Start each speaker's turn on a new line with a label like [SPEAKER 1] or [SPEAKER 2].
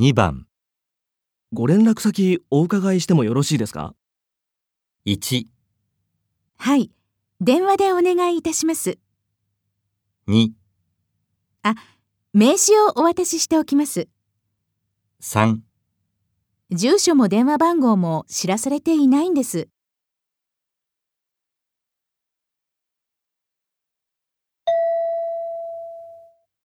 [SPEAKER 1] 2番
[SPEAKER 2] ご連絡先お伺いしてもよろしいですか
[SPEAKER 1] 1、
[SPEAKER 3] はい、電話でお願いいたします。
[SPEAKER 1] 2、
[SPEAKER 3] 名刺をお渡ししておきます。
[SPEAKER 1] 3
[SPEAKER 3] 住所も電話番号も知らされていないんです。